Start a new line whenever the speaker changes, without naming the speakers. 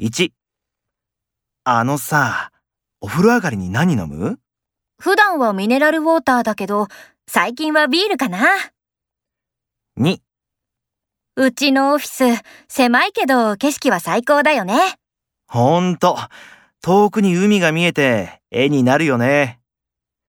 1あのさ、お風呂上がりに何飲む
普段はミネラルウォーターだけど、最近はビールかな。
?2
うちのオフィス、狭いけど景色は最高だよね。
ほんと、遠くに海が見えて絵になるよね。